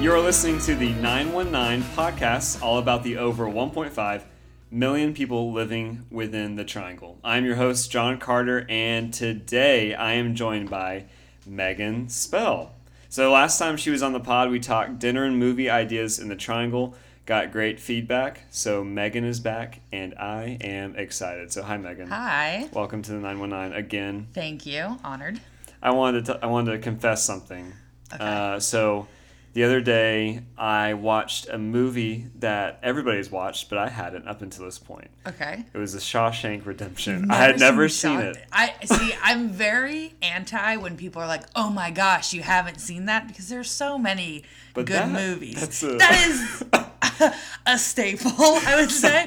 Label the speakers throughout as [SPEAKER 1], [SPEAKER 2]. [SPEAKER 1] You're listening to the 919 podcast, all about the over 1.5 million people living within the triangle. I'm your host, John Carter, and today I am joined by Megan Spell. So, last time she was on the pod, we talked dinner and movie ideas in the triangle, got great feedback. So, Megan is back, and I am excited. So, hi, Megan.
[SPEAKER 2] Hi.
[SPEAKER 1] Welcome to the 919 again.
[SPEAKER 2] Thank you. Honored.
[SPEAKER 1] I wanted to t- I wanted to confess something. Uh, so the other day I watched a movie that everybody's watched, but I hadn't up until this point.
[SPEAKER 2] Okay.
[SPEAKER 1] It was The Shawshank Redemption. I had never seen
[SPEAKER 2] Shocked.
[SPEAKER 1] it.
[SPEAKER 2] I see. I'm very anti when people are like, "Oh my gosh, you haven't seen that," because there's so many good
[SPEAKER 1] that-
[SPEAKER 2] movies.
[SPEAKER 1] that's a-
[SPEAKER 2] That is a staple, I would say.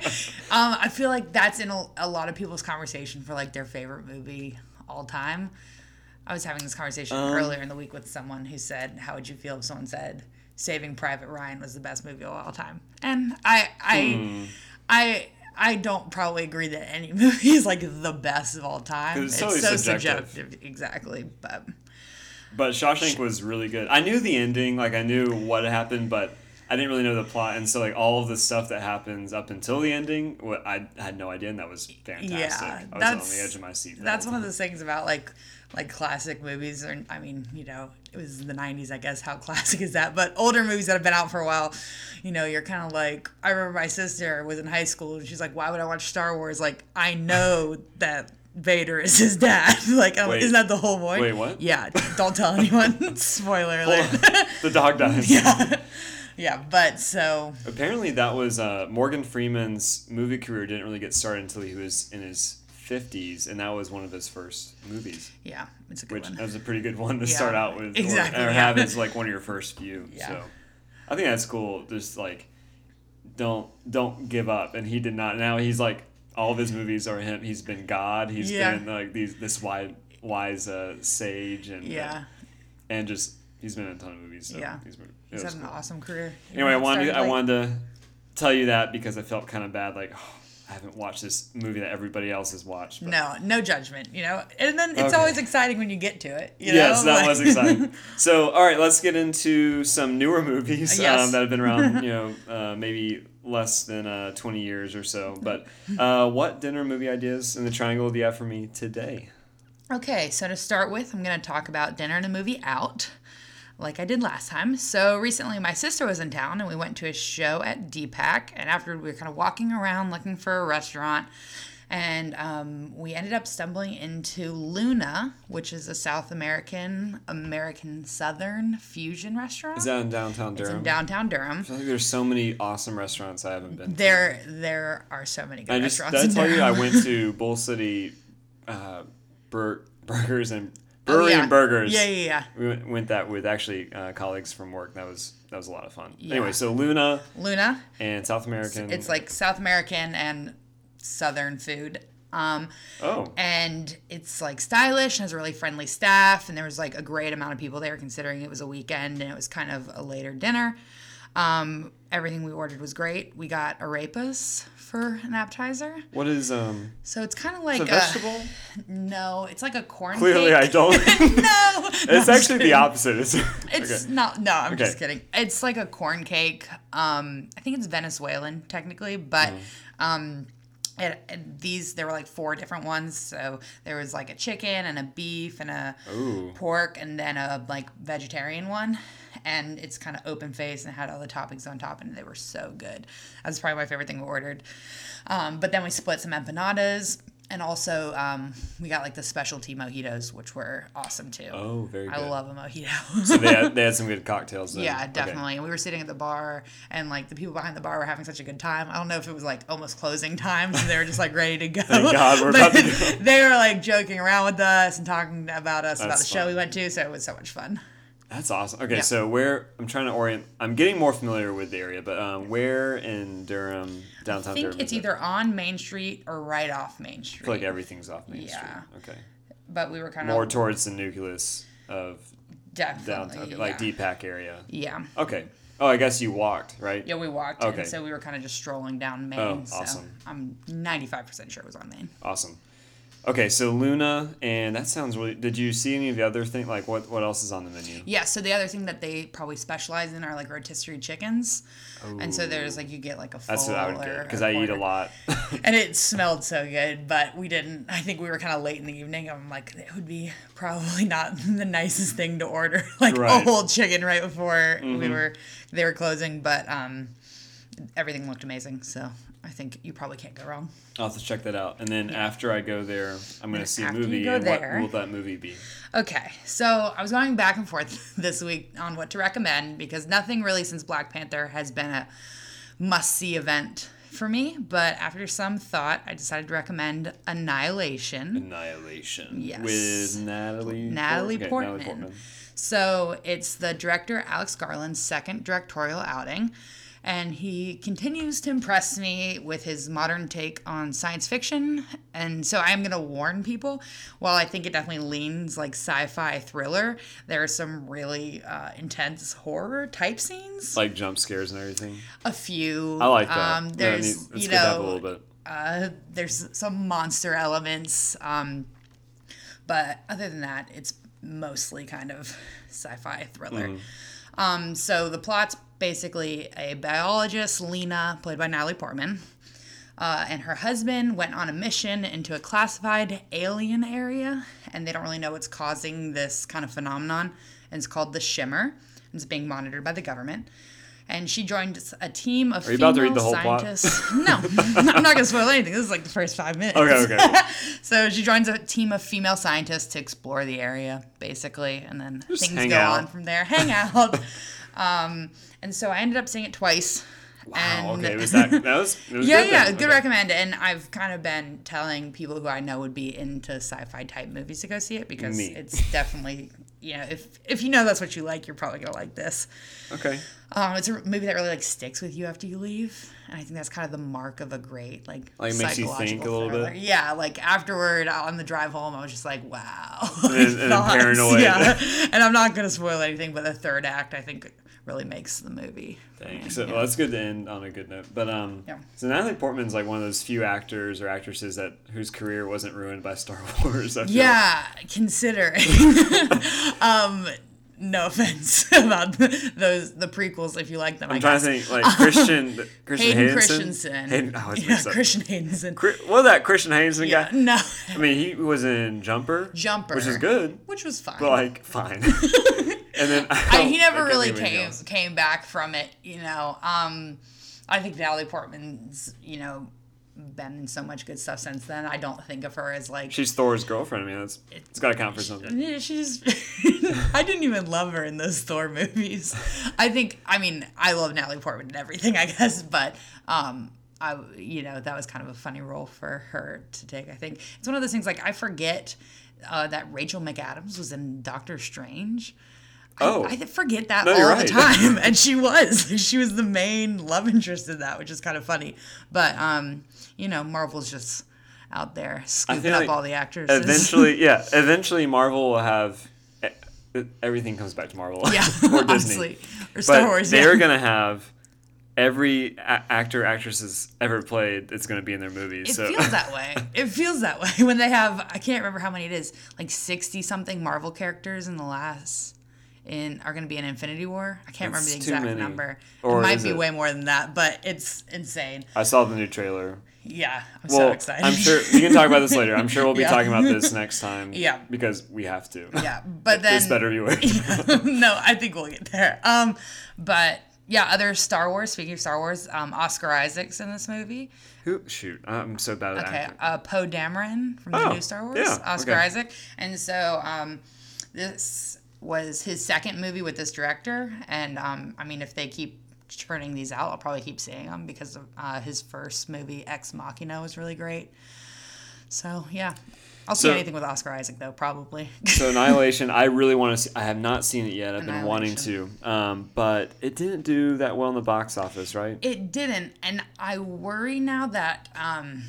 [SPEAKER 2] um, I feel like that's in a, a lot of people's conversation for like their favorite movie all time. I was having this conversation earlier in the week with someone who said, "How would you feel if someone said Saving Private Ryan was the best movie of all time?" And I, I, I, I don't probably agree that any movie is like the best of all time.
[SPEAKER 1] It's
[SPEAKER 2] It's,
[SPEAKER 1] totally
[SPEAKER 2] so
[SPEAKER 1] subjective.
[SPEAKER 2] subjective. exactly. But
[SPEAKER 1] But Shawshank was really good. I knew the ending, like I knew what happened, but I didn't really know the plot, and so like all of the stuff that happens up until the ending, what I had no idea, and that was fantastic.
[SPEAKER 2] Yeah,
[SPEAKER 1] I was on
[SPEAKER 2] that's-
[SPEAKER 1] the edge of my seat.
[SPEAKER 2] that's one of those things about like like classic movies or i mean you know it was the 90s i guess how classic is that but older movies that have been out for a while you know you're kind of like i remember my sister was in high school and she's like why would i watch star wars like i know that vader is his dad like I'm, like,
[SPEAKER 1] Wait.
[SPEAKER 2] isn't that the whole point
[SPEAKER 1] Wait, what?
[SPEAKER 2] yeah don't tell anyone spoiler alert
[SPEAKER 1] the dog dies.
[SPEAKER 2] yeah but so
[SPEAKER 1] Apparently, that was uh, Morgan Freeman's movie career didn't really get started until he was in his 50s, and that was one of his first movies,
[SPEAKER 2] yeah it's a good
[SPEAKER 1] which
[SPEAKER 2] one
[SPEAKER 1] that was a pretty good one to start out with, or-
[SPEAKER 2] exactly,
[SPEAKER 1] or,
[SPEAKER 2] yeah.
[SPEAKER 1] have as like one of your first few.
[SPEAKER 2] Yeah.
[SPEAKER 1] So, I think that's cool. Just like, don't don't give up. And he did not. Now he's like all of his movies are him. He's been God. He's
[SPEAKER 2] Yeah.
[SPEAKER 1] been like these this wise wise uh, sage and
[SPEAKER 2] yeah
[SPEAKER 1] and just he's been in a ton of movies. So
[SPEAKER 2] Yeah.
[SPEAKER 1] he's been. it
[SPEAKER 2] he's
[SPEAKER 1] was
[SPEAKER 2] had an
[SPEAKER 1] cool.
[SPEAKER 2] awesome career
[SPEAKER 1] Anyway, I wanted
[SPEAKER 2] Started,
[SPEAKER 1] I
[SPEAKER 2] like-
[SPEAKER 1] wanted to tell you that because I felt kind of bad. Like "Oh, I haven't watched this movie that everybody else has watched. But
[SPEAKER 2] No, no judgment, you know? And then it's
[SPEAKER 1] Okay.
[SPEAKER 2] always exciting when you get to it. You
[SPEAKER 1] yes,
[SPEAKER 2] know?
[SPEAKER 1] that
[SPEAKER 2] Like-
[SPEAKER 1] was exciting. so, all right, let's get into some newer movies
[SPEAKER 2] Uh, Yes.
[SPEAKER 1] um, that have been around. You know, uh, maybe less than uh, twenty years or so. But
[SPEAKER 2] Mm-hmm.
[SPEAKER 1] uh, what dinner movie ideas in the triangle do you have for me today?
[SPEAKER 2] okay, so to start with, I'm going to talk about dinner and a movie out, like I did last time. So recently, my sister was in town and we went to a show at DPAC. And after we were kind of walking around looking for a restaurant, and um, we ended up stumbling into Luna, which is a South American, American Southern fusion restaurant.
[SPEAKER 1] Is that in downtown Durham?
[SPEAKER 2] in downtown Durham.
[SPEAKER 1] I think there's so many awesome restaurants I haven't been. to.
[SPEAKER 2] There, there are so many good
[SPEAKER 1] I just did
[SPEAKER 2] restaurants.
[SPEAKER 1] I
[SPEAKER 2] in
[SPEAKER 1] tell you
[SPEAKER 2] Durham.
[SPEAKER 1] I went to Bull City uh, bur- burgers and brewery
[SPEAKER 2] Oh, yeah.
[SPEAKER 1] and burgers.
[SPEAKER 2] Yeah, yeah, yeah.
[SPEAKER 1] We went, went that with actually uh, colleagues from work. That was that was a lot of fun. Anyway, so Luna
[SPEAKER 2] Luna.
[SPEAKER 1] and South American.
[SPEAKER 2] It's like South American and Southern food. Um,
[SPEAKER 1] oh,
[SPEAKER 2] and it's like stylish and has a really friendly staff. And there was like a great amount of people there considering it was a weekend and it was kind of a later dinner. Um, everything we ordered was great. We got arepas for an appetizer.
[SPEAKER 1] what is um
[SPEAKER 2] So it's kind of like
[SPEAKER 1] a vegetable?
[SPEAKER 2] no, it's like a corn
[SPEAKER 1] Clearly, I
[SPEAKER 2] cake.
[SPEAKER 1] don't.
[SPEAKER 2] no,
[SPEAKER 1] it's actually the opposite. It's,
[SPEAKER 2] It's
[SPEAKER 1] okay.
[SPEAKER 2] not. No, I'm just
[SPEAKER 1] Okay.
[SPEAKER 2] kidding. It's like a corn cake. Um, I think it's Venezuelan technically, but
[SPEAKER 1] Mm.
[SPEAKER 2] um, it, it- these there were like four different ones. So there was like a chicken and a beef and a
[SPEAKER 1] Ooh.
[SPEAKER 2] pork and then a like vegetarian one. And it's kind of open faced and had all the toppings on top, and they were so good. That's probably my favorite thing we ordered. Um, but then we split some empanadas, and also um, we got like the specialty mojitos, which were awesome too.
[SPEAKER 1] Oh, very good.
[SPEAKER 2] I love a mojito.
[SPEAKER 1] So they had, they had some good cocktails. Then.
[SPEAKER 2] Yeah,
[SPEAKER 1] Okay.
[SPEAKER 2] definitely. And we were sitting at the bar, and like the people behind the bar were having such a good time. I don't know if it was like almost closing time, so they were just like ready to go.
[SPEAKER 1] Thank God we're about to go.
[SPEAKER 2] They were like joking around with us and talking about us about
[SPEAKER 1] That's
[SPEAKER 2] the show we
[SPEAKER 1] fun.
[SPEAKER 2] went to, so it was so much fun.
[SPEAKER 1] That's awesome. Okay, so where I'm trying to orient, I'm getting more familiar with the area, but um, where in Durham, downtown
[SPEAKER 2] I think
[SPEAKER 1] Durham?
[SPEAKER 2] it's
[SPEAKER 1] is it?
[SPEAKER 2] either on Main Street or right off Main Street.
[SPEAKER 1] like everything's off Main
[SPEAKER 2] Yeah. Um,
[SPEAKER 1] Street. Okay.
[SPEAKER 2] but we were kind
[SPEAKER 1] More
[SPEAKER 2] of
[SPEAKER 1] towards the nucleus of
[SPEAKER 2] definitely
[SPEAKER 1] downtown, okay,
[SPEAKER 2] Oh, yeah.
[SPEAKER 1] like DPAC area.
[SPEAKER 2] Yeah.
[SPEAKER 1] Okay. Oh, I guess you walked, right?
[SPEAKER 2] Yeah, we walked,
[SPEAKER 1] Okay.
[SPEAKER 2] and so we were kind of just strolling down Main.
[SPEAKER 1] Oh,
[SPEAKER 2] so
[SPEAKER 1] awesome.
[SPEAKER 2] I'm 95% sure it was on Main.
[SPEAKER 1] Awesome. Okay, so Luna, and that sounds really. Did you see any of the other thing? Like, what what else is on the menu?
[SPEAKER 2] Yeah, so the other thing that they probably specialize in are like rotisserie chickens. And so there's like you get like a full
[SPEAKER 1] That's what I would
[SPEAKER 2] or
[SPEAKER 1] get because I eat a
[SPEAKER 2] quarter.
[SPEAKER 1] lot.
[SPEAKER 2] And it smelled so good, but we didn't. I think we were kind of late in the evening. I'm like, it would be probably not the nicest thing to order, like
[SPEAKER 1] Right. Mm-hmm.
[SPEAKER 2] a whole chicken right before we were they were closing. But um, everything looked amazing, so I think you probably can't go wrong.
[SPEAKER 1] I'll have to check that out. And then after I go there, I'm gonna see a
[SPEAKER 2] After you
[SPEAKER 1] movie.
[SPEAKER 2] go
[SPEAKER 1] and
[SPEAKER 2] there-
[SPEAKER 1] What will that movie be?
[SPEAKER 2] Okay, so I was going back and forth this week on what to recommend because nothing really since Black Panther has been a must see event for me. But after some thought, I decided to recommend Annihilation.
[SPEAKER 1] Annihilation.
[SPEAKER 2] Yes.
[SPEAKER 1] With Natalie. Port-
[SPEAKER 2] Natalie
[SPEAKER 1] okay,
[SPEAKER 2] Portman.
[SPEAKER 1] Natalie Portman.
[SPEAKER 2] So it's the director Alex Garland's second directorial outing, and he continues to impress me with his modern take on science fiction. And so I am going to warn people, while I think it definitely leans like sci-fi thriller, there are some really uh, intense horror type scenes.
[SPEAKER 1] Like jump scares and everything.
[SPEAKER 2] A few.
[SPEAKER 1] I like that.
[SPEAKER 2] Um,
[SPEAKER 1] Yeah, I
[SPEAKER 2] there's
[SPEAKER 1] mean, it's
[SPEAKER 2] you
[SPEAKER 1] good to have a
[SPEAKER 2] know
[SPEAKER 1] little bit.
[SPEAKER 2] uh, there's some monster elements, um, but other than that, it's mostly kind of sci-fi thriller.
[SPEAKER 1] Mm-hmm.
[SPEAKER 2] Um, so the plot's basically a biologist, Lena, played by Natalie Portman, uh, and her husband went on a mission into a classified alien area, and they don't really know what's causing this kind of phenomenon. And it's called the Shimmer. and It's being monitored by the government. And she joined a team of
[SPEAKER 1] you
[SPEAKER 2] female
[SPEAKER 1] about to read the whole plot?
[SPEAKER 2] scientists. No, I'm not going to spoil anything. This is like the first five minutes.
[SPEAKER 1] Okay, okay.
[SPEAKER 2] So she joins a team of female scientists to explore the area, basically, and then things
[SPEAKER 1] hang
[SPEAKER 2] go
[SPEAKER 1] out.
[SPEAKER 2] on from there. Hang out. um, and so I ended up seeing it twice.
[SPEAKER 1] Wow.
[SPEAKER 2] and
[SPEAKER 1] Okay. Was that that was? It was
[SPEAKER 2] yeah,
[SPEAKER 1] good
[SPEAKER 2] yeah,
[SPEAKER 1] then.
[SPEAKER 2] good
[SPEAKER 1] Okay.
[SPEAKER 2] recommend. And I've kind of been telling people who I know would be into sci-fi type movies to go see it because
[SPEAKER 1] Me.
[SPEAKER 2] it's definitely you know if if you know that's what you like, you're probably gonna like this.
[SPEAKER 1] Okay.
[SPEAKER 2] Um, it's a movie that really like sticks with you after you leave, and I think that's kind of the mark of a great like,
[SPEAKER 1] Like, it makes you think
[SPEAKER 2] psychological
[SPEAKER 1] a little bit?
[SPEAKER 2] thriller. Yeah, like afterward uh, on the drive home, I was just like, wow,
[SPEAKER 1] then- and then
[SPEAKER 2] Thoughts,
[SPEAKER 1] paranoid.
[SPEAKER 2] Yeah, and I'm not gonna spoil anything, but the third act I think really makes the movie. for me.
[SPEAKER 1] So well, that's good to end on a good note. But um,
[SPEAKER 2] Yeah.
[SPEAKER 1] so Natalie Portman's like one of those few actors or actresses that whose career wasn't ruined by Star Wars. I feel.
[SPEAKER 2] Yeah, considering. um, no offense about the, those the prequels if you like them. i
[SPEAKER 1] I'm trying to
[SPEAKER 2] guess.
[SPEAKER 1] think like Christian Christian
[SPEAKER 2] Hayden
[SPEAKER 1] Hansen?
[SPEAKER 2] Christensen.
[SPEAKER 1] Hayden, oh, it's
[SPEAKER 2] yeah,
[SPEAKER 1] mixed up.
[SPEAKER 2] Christian Haydenson.
[SPEAKER 1] Cri- well, that Christian Hansen
[SPEAKER 2] Yeah,
[SPEAKER 1] guy.
[SPEAKER 2] no,
[SPEAKER 1] I mean, he was in Jumper.
[SPEAKER 2] Jumper,
[SPEAKER 1] Which is good,
[SPEAKER 2] which was fine.
[SPEAKER 1] but like fine. and then I
[SPEAKER 2] I,
[SPEAKER 1] don't-
[SPEAKER 2] he
[SPEAKER 1] I
[SPEAKER 2] never
[SPEAKER 1] couldn't
[SPEAKER 2] really
[SPEAKER 1] think of anything
[SPEAKER 2] came
[SPEAKER 1] else.
[SPEAKER 2] came back from it, you know. Um, I think Natalie Portman's, you know, been in so much good stuff since then. I don't think of her as like
[SPEAKER 1] She's Thor's girlfriend. I mean, that's it's got to count for something.
[SPEAKER 2] Yeah, she's. I didn't even love her in those Thor movies. I think. I mean, I love Natalie Portman and everything, I guess, but um, I you know that was kind of a funny role for her to take. I think it's one of those things like I forget uh, that Rachel McAdams was in Doctor Strange.
[SPEAKER 1] Oh.
[SPEAKER 2] I, I forget that
[SPEAKER 1] No,
[SPEAKER 2] all
[SPEAKER 1] you're
[SPEAKER 2] the
[SPEAKER 1] right.
[SPEAKER 2] time, and she was. She was the main love interest in that, which is kind of funny. But um, you know, Marvel's just out there scooping
[SPEAKER 1] feel
[SPEAKER 2] up
[SPEAKER 1] like
[SPEAKER 2] all the actors.
[SPEAKER 1] Eventually, yeah. Eventually, Marvel will have e- everything comes back to Marvel.
[SPEAKER 2] Yeah,
[SPEAKER 1] or Disney.
[SPEAKER 2] honestly. Or Star
[SPEAKER 1] but
[SPEAKER 2] Wars.
[SPEAKER 1] they're
[SPEAKER 2] yeah.
[SPEAKER 1] gonna have every a- actor actresses ever played. It's gonna be in their movies.
[SPEAKER 2] it
[SPEAKER 1] so
[SPEAKER 2] feels that way. It feels that way when they have I can't remember how many it is, like sixty something Marvel characters in the last in are going to be in Infinity War. I can't
[SPEAKER 1] That's
[SPEAKER 2] remember the
[SPEAKER 1] too
[SPEAKER 2] exact
[SPEAKER 1] many.
[SPEAKER 2] number.
[SPEAKER 1] Or
[SPEAKER 2] it might
[SPEAKER 1] is
[SPEAKER 2] be
[SPEAKER 1] it?
[SPEAKER 2] way more than that, but it's insane.
[SPEAKER 1] I saw the new trailer.
[SPEAKER 2] Yeah, I'm
[SPEAKER 1] Well,
[SPEAKER 2] so excited.
[SPEAKER 1] I'm sure we can talk about this later. I'm sure we'll be
[SPEAKER 2] Yeah.
[SPEAKER 1] talking about this next time.
[SPEAKER 2] Yeah.
[SPEAKER 1] because we have to.
[SPEAKER 2] yeah, but then
[SPEAKER 1] It's better be way.
[SPEAKER 2] no, I think we'll get there. Um, but yeah, other Star Wars. Speaking of Star Wars, um, Oscar Isaac's in this movie.
[SPEAKER 1] Who? Shoot, I'm so bad at
[SPEAKER 2] Okay,
[SPEAKER 1] acting.
[SPEAKER 2] uh, Poe Dameron from
[SPEAKER 1] Oh,
[SPEAKER 2] the new Star Wars,
[SPEAKER 1] yeah,
[SPEAKER 2] Oscar
[SPEAKER 1] okay.
[SPEAKER 2] Isaac, and so um, this was his second movie with this director, and um, I mean, if they keep churning these out, I'll probably keep seeing them because uh, his first movie Ex Machina was really great. So yeah, I'll see
[SPEAKER 1] So-
[SPEAKER 2] anything with Oscar Isaac though, probably.
[SPEAKER 1] So Annihilation, I really want to see. I have not seen it yet. I've been wanting to, um, but it didn't do that well in the box office, right?
[SPEAKER 2] It didn't, and I worry now that um,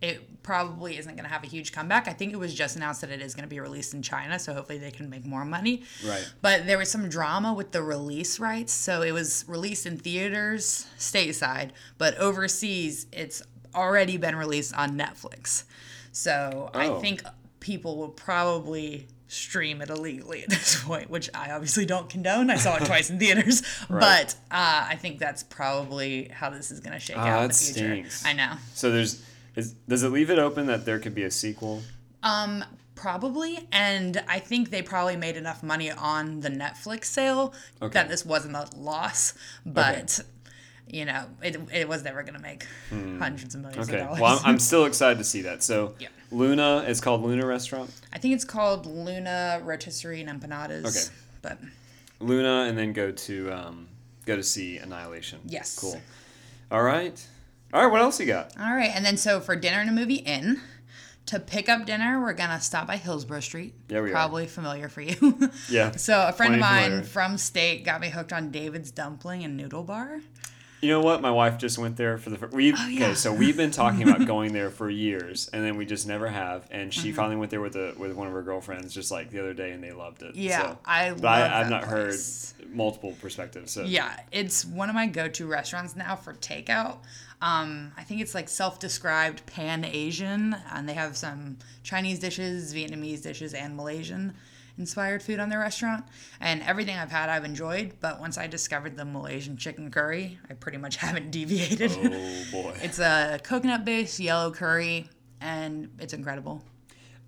[SPEAKER 2] it probably isn't going to have a huge comeback. I think it was just announced that it is going to be released in China, so hopefully they can make more money.
[SPEAKER 1] Right.
[SPEAKER 2] But there was some drama with the release rights, so it was released in theaters stateside, but overseas it's already been released on Netflix. So
[SPEAKER 1] Oh.
[SPEAKER 2] I think people will probably stream it illegally at this point, which I obviously don't condone. I saw it twice in theaters, but uh, I think that's probably how this is going to shake out in
[SPEAKER 1] Ah, that
[SPEAKER 2] the future.
[SPEAKER 1] stinks.
[SPEAKER 2] I know.
[SPEAKER 1] So there's is, does it leave it open that there could be a sequel?
[SPEAKER 2] Um, probably, and I think they probably made enough money on the Netflix sale
[SPEAKER 1] Okay.
[SPEAKER 2] that this wasn't a loss, but. You know, it, it was never going to make hundreds of millions
[SPEAKER 1] Hmm. Okay.
[SPEAKER 2] of dollars.
[SPEAKER 1] Well, I'm, I'm still excited to see that. So
[SPEAKER 2] Yeah.
[SPEAKER 1] Luna, it's called Luna Restaurant.
[SPEAKER 2] I think it's called Luna Rotisserie and Empanadas.
[SPEAKER 1] Okay.
[SPEAKER 2] But
[SPEAKER 1] Luna, and then go to um, go to see Annihilation.
[SPEAKER 2] Yes.
[SPEAKER 1] Cool. All right. All right. What else you got?
[SPEAKER 2] all right, and then so for dinner and a movie in, to pick up dinner, we're gonna stop by Hillsborough Street.
[SPEAKER 1] Yeah, we are.
[SPEAKER 2] probably familiar for you.
[SPEAKER 1] Yeah.
[SPEAKER 2] So a friend
[SPEAKER 1] Plenty
[SPEAKER 2] of mine
[SPEAKER 1] familiar.
[SPEAKER 2] from state got me hooked on David's Dumpling and Noodle Bar.
[SPEAKER 1] You know what? My wife just went there for the first. We okay.
[SPEAKER 2] yeah.
[SPEAKER 1] So we've been talking about going there for years, and then we just never have. And
[SPEAKER 2] Mm-hmm.
[SPEAKER 1] she finally went there with a with one of her girlfriends just like the other day, and they loved it.
[SPEAKER 2] Yeah,
[SPEAKER 1] So,
[SPEAKER 2] I
[SPEAKER 1] but
[SPEAKER 2] love
[SPEAKER 1] I, I've
[SPEAKER 2] that
[SPEAKER 1] not
[SPEAKER 2] place.
[SPEAKER 1] heard multiple perspectives. So
[SPEAKER 2] Yeah, it's one of my go-to restaurants now for takeout. Um, I think it's like self-described pan Asian, and they have some Chinese dishes, Vietnamese dishes, and Malaysian inspired food on their restaurant. And everything I've had, I've enjoyed. But once I discovered the Malaysian chicken curry, I pretty much haven't deviated.
[SPEAKER 1] Oh boy.
[SPEAKER 2] It's a coconut-based yellow curry, and it's incredible.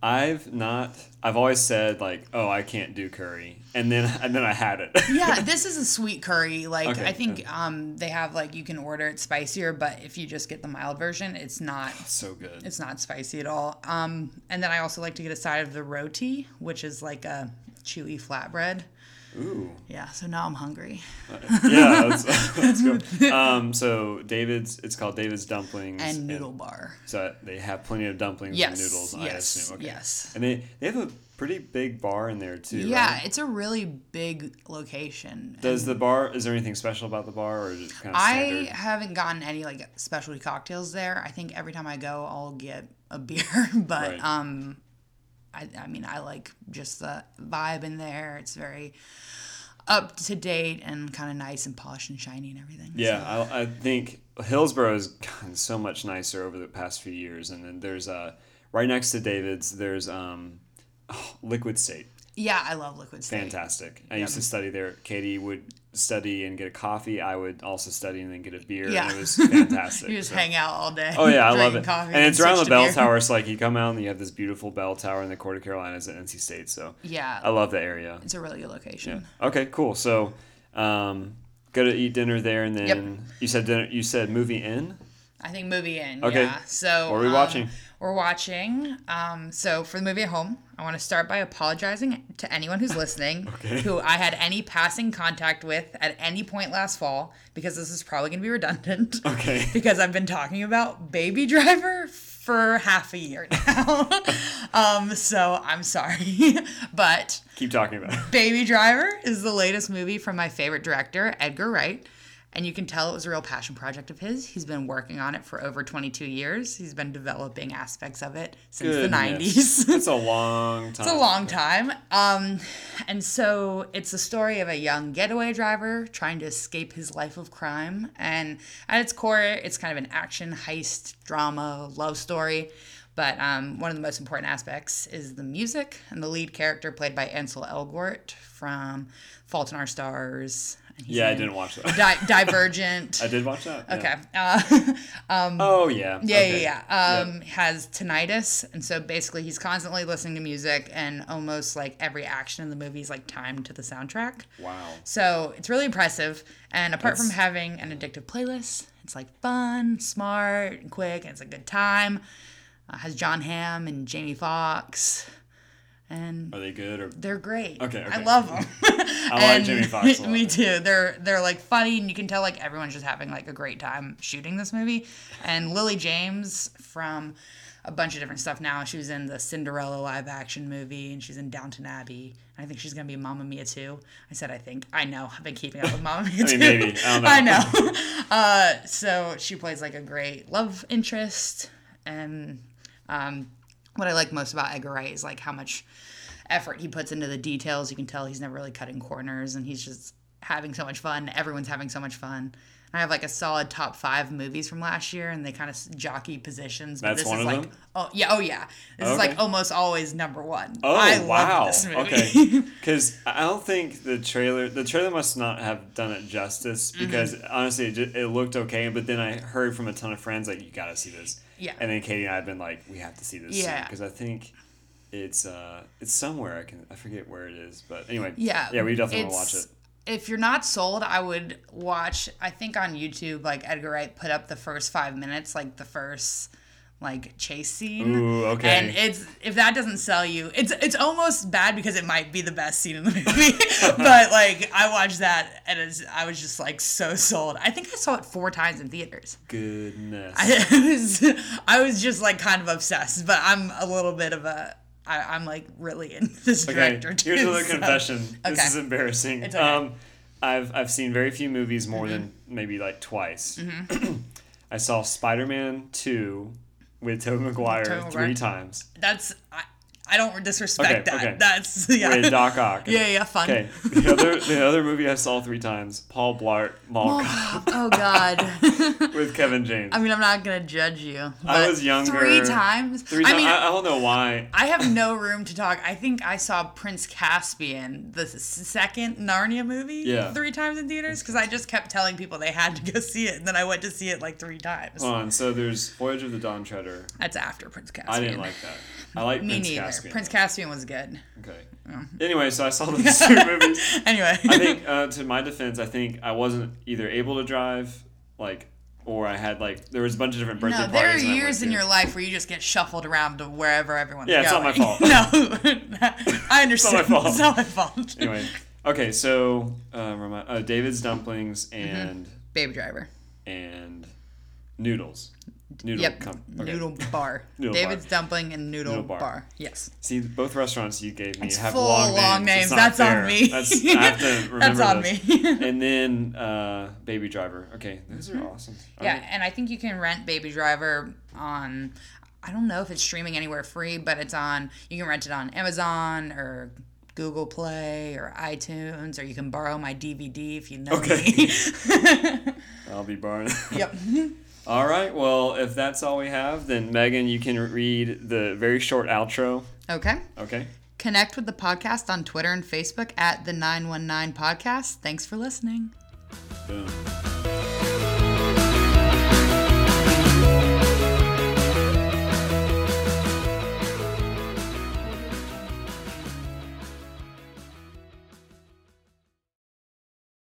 [SPEAKER 1] I've not. I've always said like, oh, I can't do curry, and then and then I had it.
[SPEAKER 2] yeah, this is a sweet curry. Like
[SPEAKER 1] Okay,
[SPEAKER 2] I think um they have like you can order it spicier, but if you just get the mild version, it's not
[SPEAKER 1] so good.
[SPEAKER 2] it's not spicy at all. Um and then I also like to get a side of the roti, which is like a chewy flatbread.
[SPEAKER 1] Ooh.
[SPEAKER 2] Yeah, so now I'm hungry.
[SPEAKER 1] Yeah. That's, that's good. Um. So David's. It's called David's dumplings
[SPEAKER 2] And noodle bar.
[SPEAKER 1] So they have plenty of dumplings
[SPEAKER 2] Yes.
[SPEAKER 1] and noodles. I
[SPEAKER 2] yes.
[SPEAKER 1] assume. Okay.
[SPEAKER 2] Yes.
[SPEAKER 1] And they, they have a pretty big bar in there too.
[SPEAKER 2] Yeah,
[SPEAKER 1] Right?
[SPEAKER 2] it's a really big location.
[SPEAKER 1] Does the bar? Is there anything special about the bar, or is it kind of
[SPEAKER 2] I
[SPEAKER 1] standard?
[SPEAKER 2] haven't gotten any like specialty cocktails there. I think every time I go, I'll get a beer, but
[SPEAKER 1] Right.
[SPEAKER 2] um, I, I mean, I like just the vibe in there. It's very up to date and kind of nice and polished and shiny and everything.
[SPEAKER 1] Yeah, I, I think Hillsborough has gotten so much nicer over the past few years. And then there's uh, right next to David's, there's um, oh, Liquid State.
[SPEAKER 2] yeah, I love Liquid State.
[SPEAKER 1] Fantastic. I used to study there. Katie would study and get a coffee. I would also study and then get a beer.
[SPEAKER 2] Yeah.
[SPEAKER 1] And it was fantastic.
[SPEAKER 2] You just
[SPEAKER 1] So-
[SPEAKER 2] hang out all day.
[SPEAKER 1] Oh yeah, I love
[SPEAKER 2] drinking
[SPEAKER 1] it.
[SPEAKER 2] coffee
[SPEAKER 1] And it's around the
[SPEAKER 2] switch to
[SPEAKER 1] bell
[SPEAKER 2] beer.
[SPEAKER 1] tower. So like you come out and you have this beautiful bell tower in the Court of Carolinas at NC State. So
[SPEAKER 2] Yeah,
[SPEAKER 1] I love that area.
[SPEAKER 2] it's a really good location.
[SPEAKER 1] Okay, cool. So, um, go to eat dinner there, and then you said dinner. You said movie in.
[SPEAKER 2] I think movie in.
[SPEAKER 1] Okay.
[SPEAKER 2] Yeah. So
[SPEAKER 1] What are we
[SPEAKER 2] um,
[SPEAKER 1] watching?
[SPEAKER 2] We're watching. Um, so for the movie at home, I want to start by apologizing to anyone who's listening, who I had any passing contact with at any point last fall, because this is probably going to be redundant.
[SPEAKER 1] Okay.
[SPEAKER 2] Because I've been talking about Baby Driver for half a year now. um, so I'm sorry, but
[SPEAKER 1] Keep talking about it.
[SPEAKER 2] Baby Driver is the latest movie from my favorite director, Edgar Wright. And you can tell it was a real passion project of his. He's been working on it for over 22 years. He's been developing aspects of it since the 90s.
[SPEAKER 1] It's a long time.
[SPEAKER 2] It's a long time. Um, and so it's the story of a young getaway driver trying to escape his life of crime. And at its core, it's kind of an action, heist, drama, love story. But um, one of the most important aspects is the music and the lead character played by Ansel Elgort from Fault in Our Stars. And he's
[SPEAKER 1] Yeah, I
[SPEAKER 2] in
[SPEAKER 1] didn't watch that.
[SPEAKER 2] Di- Divergent.
[SPEAKER 1] I did watch that. yeah.
[SPEAKER 2] Okay. Uh,
[SPEAKER 1] Oh yeah.
[SPEAKER 2] yeah, yeah, yeah. Um, Has tinnitus, and so basically he's constantly listening to music, and almost like every action in the movie is like timed to the soundtrack.
[SPEAKER 1] Wow.
[SPEAKER 2] So it's really impressive. And apart from
[SPEAKER 1] That's-
[SPEAKER 2] having an addictive playlist, it's like fun, smart, and quick, and it's a good time. Uh, has John Hamm and Jamie Foxx, and
[SPEAKER 1] Are they good or?
[SPEAKER 2] they're great.
[SPEAKER 1] Uh, Okay,
[SPEAKER 2] I
[SPEAKER 1] okay.
[SPEAKER 2] love them.
[SPEAKER 1] I like
[SPEAKER 2] And
[SPEAKER 1] Jimmy Fox. A lot.
[SPEAKER 2] me too. They're they're like funny, and you can tell like everyone's just having like a great time shooting this movie. And Lily James from a bunch of different stuff now. She was in the Cinderella live action movie, and she's in Downton Abbey. And I think she's gonna be in Mamma Mia too. I said I think. I know. I've been keeping up with Mamma Mia too.
[SPEAKER 1] maybe. I don't know.
[SPEAKER 2] know. uh, so she plays like a great love interest, and um, what I like most about Edgar Wright is like how much effort he puts into the details. You can tell he's never really cutting corners and he's just having so much fun. Everyone's having so much fun. I have like a solid top five movies from last year, and they kind of jockey positions. But
[SPEAKER 1] That's
[SPEAKER 2] this
[SPEAKER 1] one
[SPEAKER 2] is
[SPEAKER 1] of
[SPEAKER 2] like,
[SPEAKER 1] them?
[SPEAKER 2] oh yeah, oh yeah, this is
[SPEAKER 1] Okay.
[SPEAKER 2] like almost always number one.
[SPEAKER 1] Oh
[SPEAKER 2] I
[SPEAKER 1] wow!
[SPEAKER 2] Love this movie.
[SPEAKER 1] Okay, because I don't think the trailer the trailer must not have done it justice
[SPEAKER 2] Mm-hmm.
[SPEAKER 1] because honestly it, ju- it looked okay, but then I heard from a ton of friends like you gotta see this.
[SPEAKER 2] Yeah.
[SPEAKER 1] And then Katie and I have been like we have to see this.
[SPEAKER 2] Yeah.
[SPEAKER 1] Because I think it's uh it's somewhere I can I forget where it is, but anyway.
[SPEAKER 2] Yeah.
[SPEAKER 1] Yeah, we definitely want to watch
[SPEAKER 2] it's-
[SPEAKER 1] it.
[SPEAKER 2] If you're not sold, I would watch. I think on YouTube, like Edgar Wright put up the first five minutes, like the first like chase scene.
[SPEAKER 1] Ooh, okay.
[SPEAKER 2] And it's if that doesn't sell you, it's it's almost bad because it might be the best scene in the movie. but like I watched that and it's, I was just like so sold. I think I saw it four times in theaters.
[SPEAKER 1] Goodness.
[SPEAKER 2] I was I was just like kind of obsessed. But I'm a little bit of a I, I'm like really into this
[SPEAKER 1] Okay,
[SPEAKER 2] director too.
[SPEAKER 1] here's another
[SPEAKER 2] so-
[SPEAKER 1] confession. This
[SPEAKER 2] okay.
[SPEAKER 1] is embarrassing.
[SPEAKER 2] It's okay. Mm-hmm.
[SPEAKER 1] Um, I've I've seen very few movies more than maybe like twice. I saw Spider Man two with Tobey Maguire
[SPEAKER 2] Tobey Maguire.
[SPEAKER 1] three times
[SPEAKER 2] That's I, I don't disrespect
[SPEAKER 1] Okay,
[SPEAKER 2] that.
[SPEAKER 1] okay.
[SPEAKER 2] That's yeah.
[SPEAKER 1] with Doc Ock.
[SPEAKER 2] Yeah, yeah, fun.
[SPEAKER 1] Okay, the other the other movie I saw three times, Paul Blart Mall
[SPEAKER 2] oh God.
[SPEAKER 1] Cop with Kevin James.
[SPEAKER 2] I mean, I'm not gonna judge you.
[SPEAKER 1] I
[SPEAKER 2] but
[SPEAKER 1] was younger.
[SPEAKER 2] Three times.
[SPEAKER 1] three
[SPEAKER 2] I
[SPEAKER 1] times.
[SPEAKER 2] mean,
[SPEAKER 1] I, I don't know why.
[SPEAKER 2] I have no room to talk. I think I saw Prince Caspian, the s- second Narnia movie,
[SPEAKER 1] Yeah.
[SPEAKER 2] three times in theaters because I just kept telling people they had to go see it, and then I went to see it like three times.
[SPEAKER 1] Hold on. So there's Voyage of the Dawn Treader.
[SPEAKER 2] That's after Prince Caspian.
[SPEAKER 1] I didn't like that. I like
[SPEAKER 2] Me
[SPEAKER 1] Prince
[SPEAKER 2] neither.
[SPEAKER 1] Caspian.
[SPEAKER 2] Prince Oh. Caspian was good.
[SPEAKER 1] Okay. Anyway, so I saw those two movies.
[SPEAKER 2] Anyway,
[SPEAKER 1] I think, uh, to my defense, I think I wasn't either able to drive, like, or I had like there was a bunch of different birthday
[SPEAKER 2] No,
[SPEAKER 1] parties.
[SPEAKER 2] there are
[SPEAKER 1] and I went
[SPEAKER 2] years in
[SPEAKER 1] to.
[SPEAKER 2] your life where you just get shuffled around to wherever everyone's
[SPEAKER 1] Yeah, it's not
[SPEAKER 2] going.
[SPEAKER 1] my fault.
[SPEAKER 2] no, I understand.
[SPEAKER 1] fault.
[SPEAKER 2] It's not my fault.
[SPEAKER 1] Anyway, okay, so um, remi- uh, David's dumplings
[SPEAKER 2] Mm-hmm.
[SPEAKER 1] and
[SPEAKER 2] Baby Driver.
[SPEAKER 1] and noodles. Noodle.
[SPEAKER 2] Yep.
[SPEAKER 1] com- okay.
[SPEAKER 2] Noodle bar.
[SPEAKER 1] Noodle
[SPEAKER 2] David's dumpling and noodle,
[SPEAKER 1] Noodle bar.
[SPEAKER 2] bar. Yes.
[SPEAKER 1] See, both restaurants you gave me
[SPEAKER 2] It's
[SPEAKER 1] have
[SPEAKER 2] full
[SPEAKER 1] long,
[SPEAKER 2] long
[SPEAKER 1] names. It's
[SPEAKER 2] names.
[SPEAKER 1] not
[SPEAKER 2] That's on
[SPEAKER 1] fair.
[SPEAKER 2] me.
[SPEAKER 1] That's I have to remember
[SPEAKER 2] That's on
[SPEAKER 1] those.
[SPEAKER 2] me. Mm-hmm.
[SPEAKER 1] and then uh, Baby Driver. Okay, those are awesome. All
[SPEAKER 2] Yeah,
[SPEAKER 1] right.
[SPEAKER 2] and I think you can rent Baby Driver on. I don't know if it's streaming anywhere free, but it's on. You can rent it on Amazon or Google Play or iTunes, or you can borrow my DVD if you know
[SPEAKER 1] Okay.
[SPEAKER 2] me.
[SPEAKER 1] I'll be barring.
[SPEAKER 2] yep.
[SPEAKER 1] All right. Well, if that's all we have, then Megan, you can read the very short outro.
[SPEAKER 2] Okay.
[SPEAKER 1] Okay.
[SPEAKER 2] Connect with the podcast on Twitter and Facebook at the 919 Podcast. Thanks for listening.
[SPEAKER 1] Boom.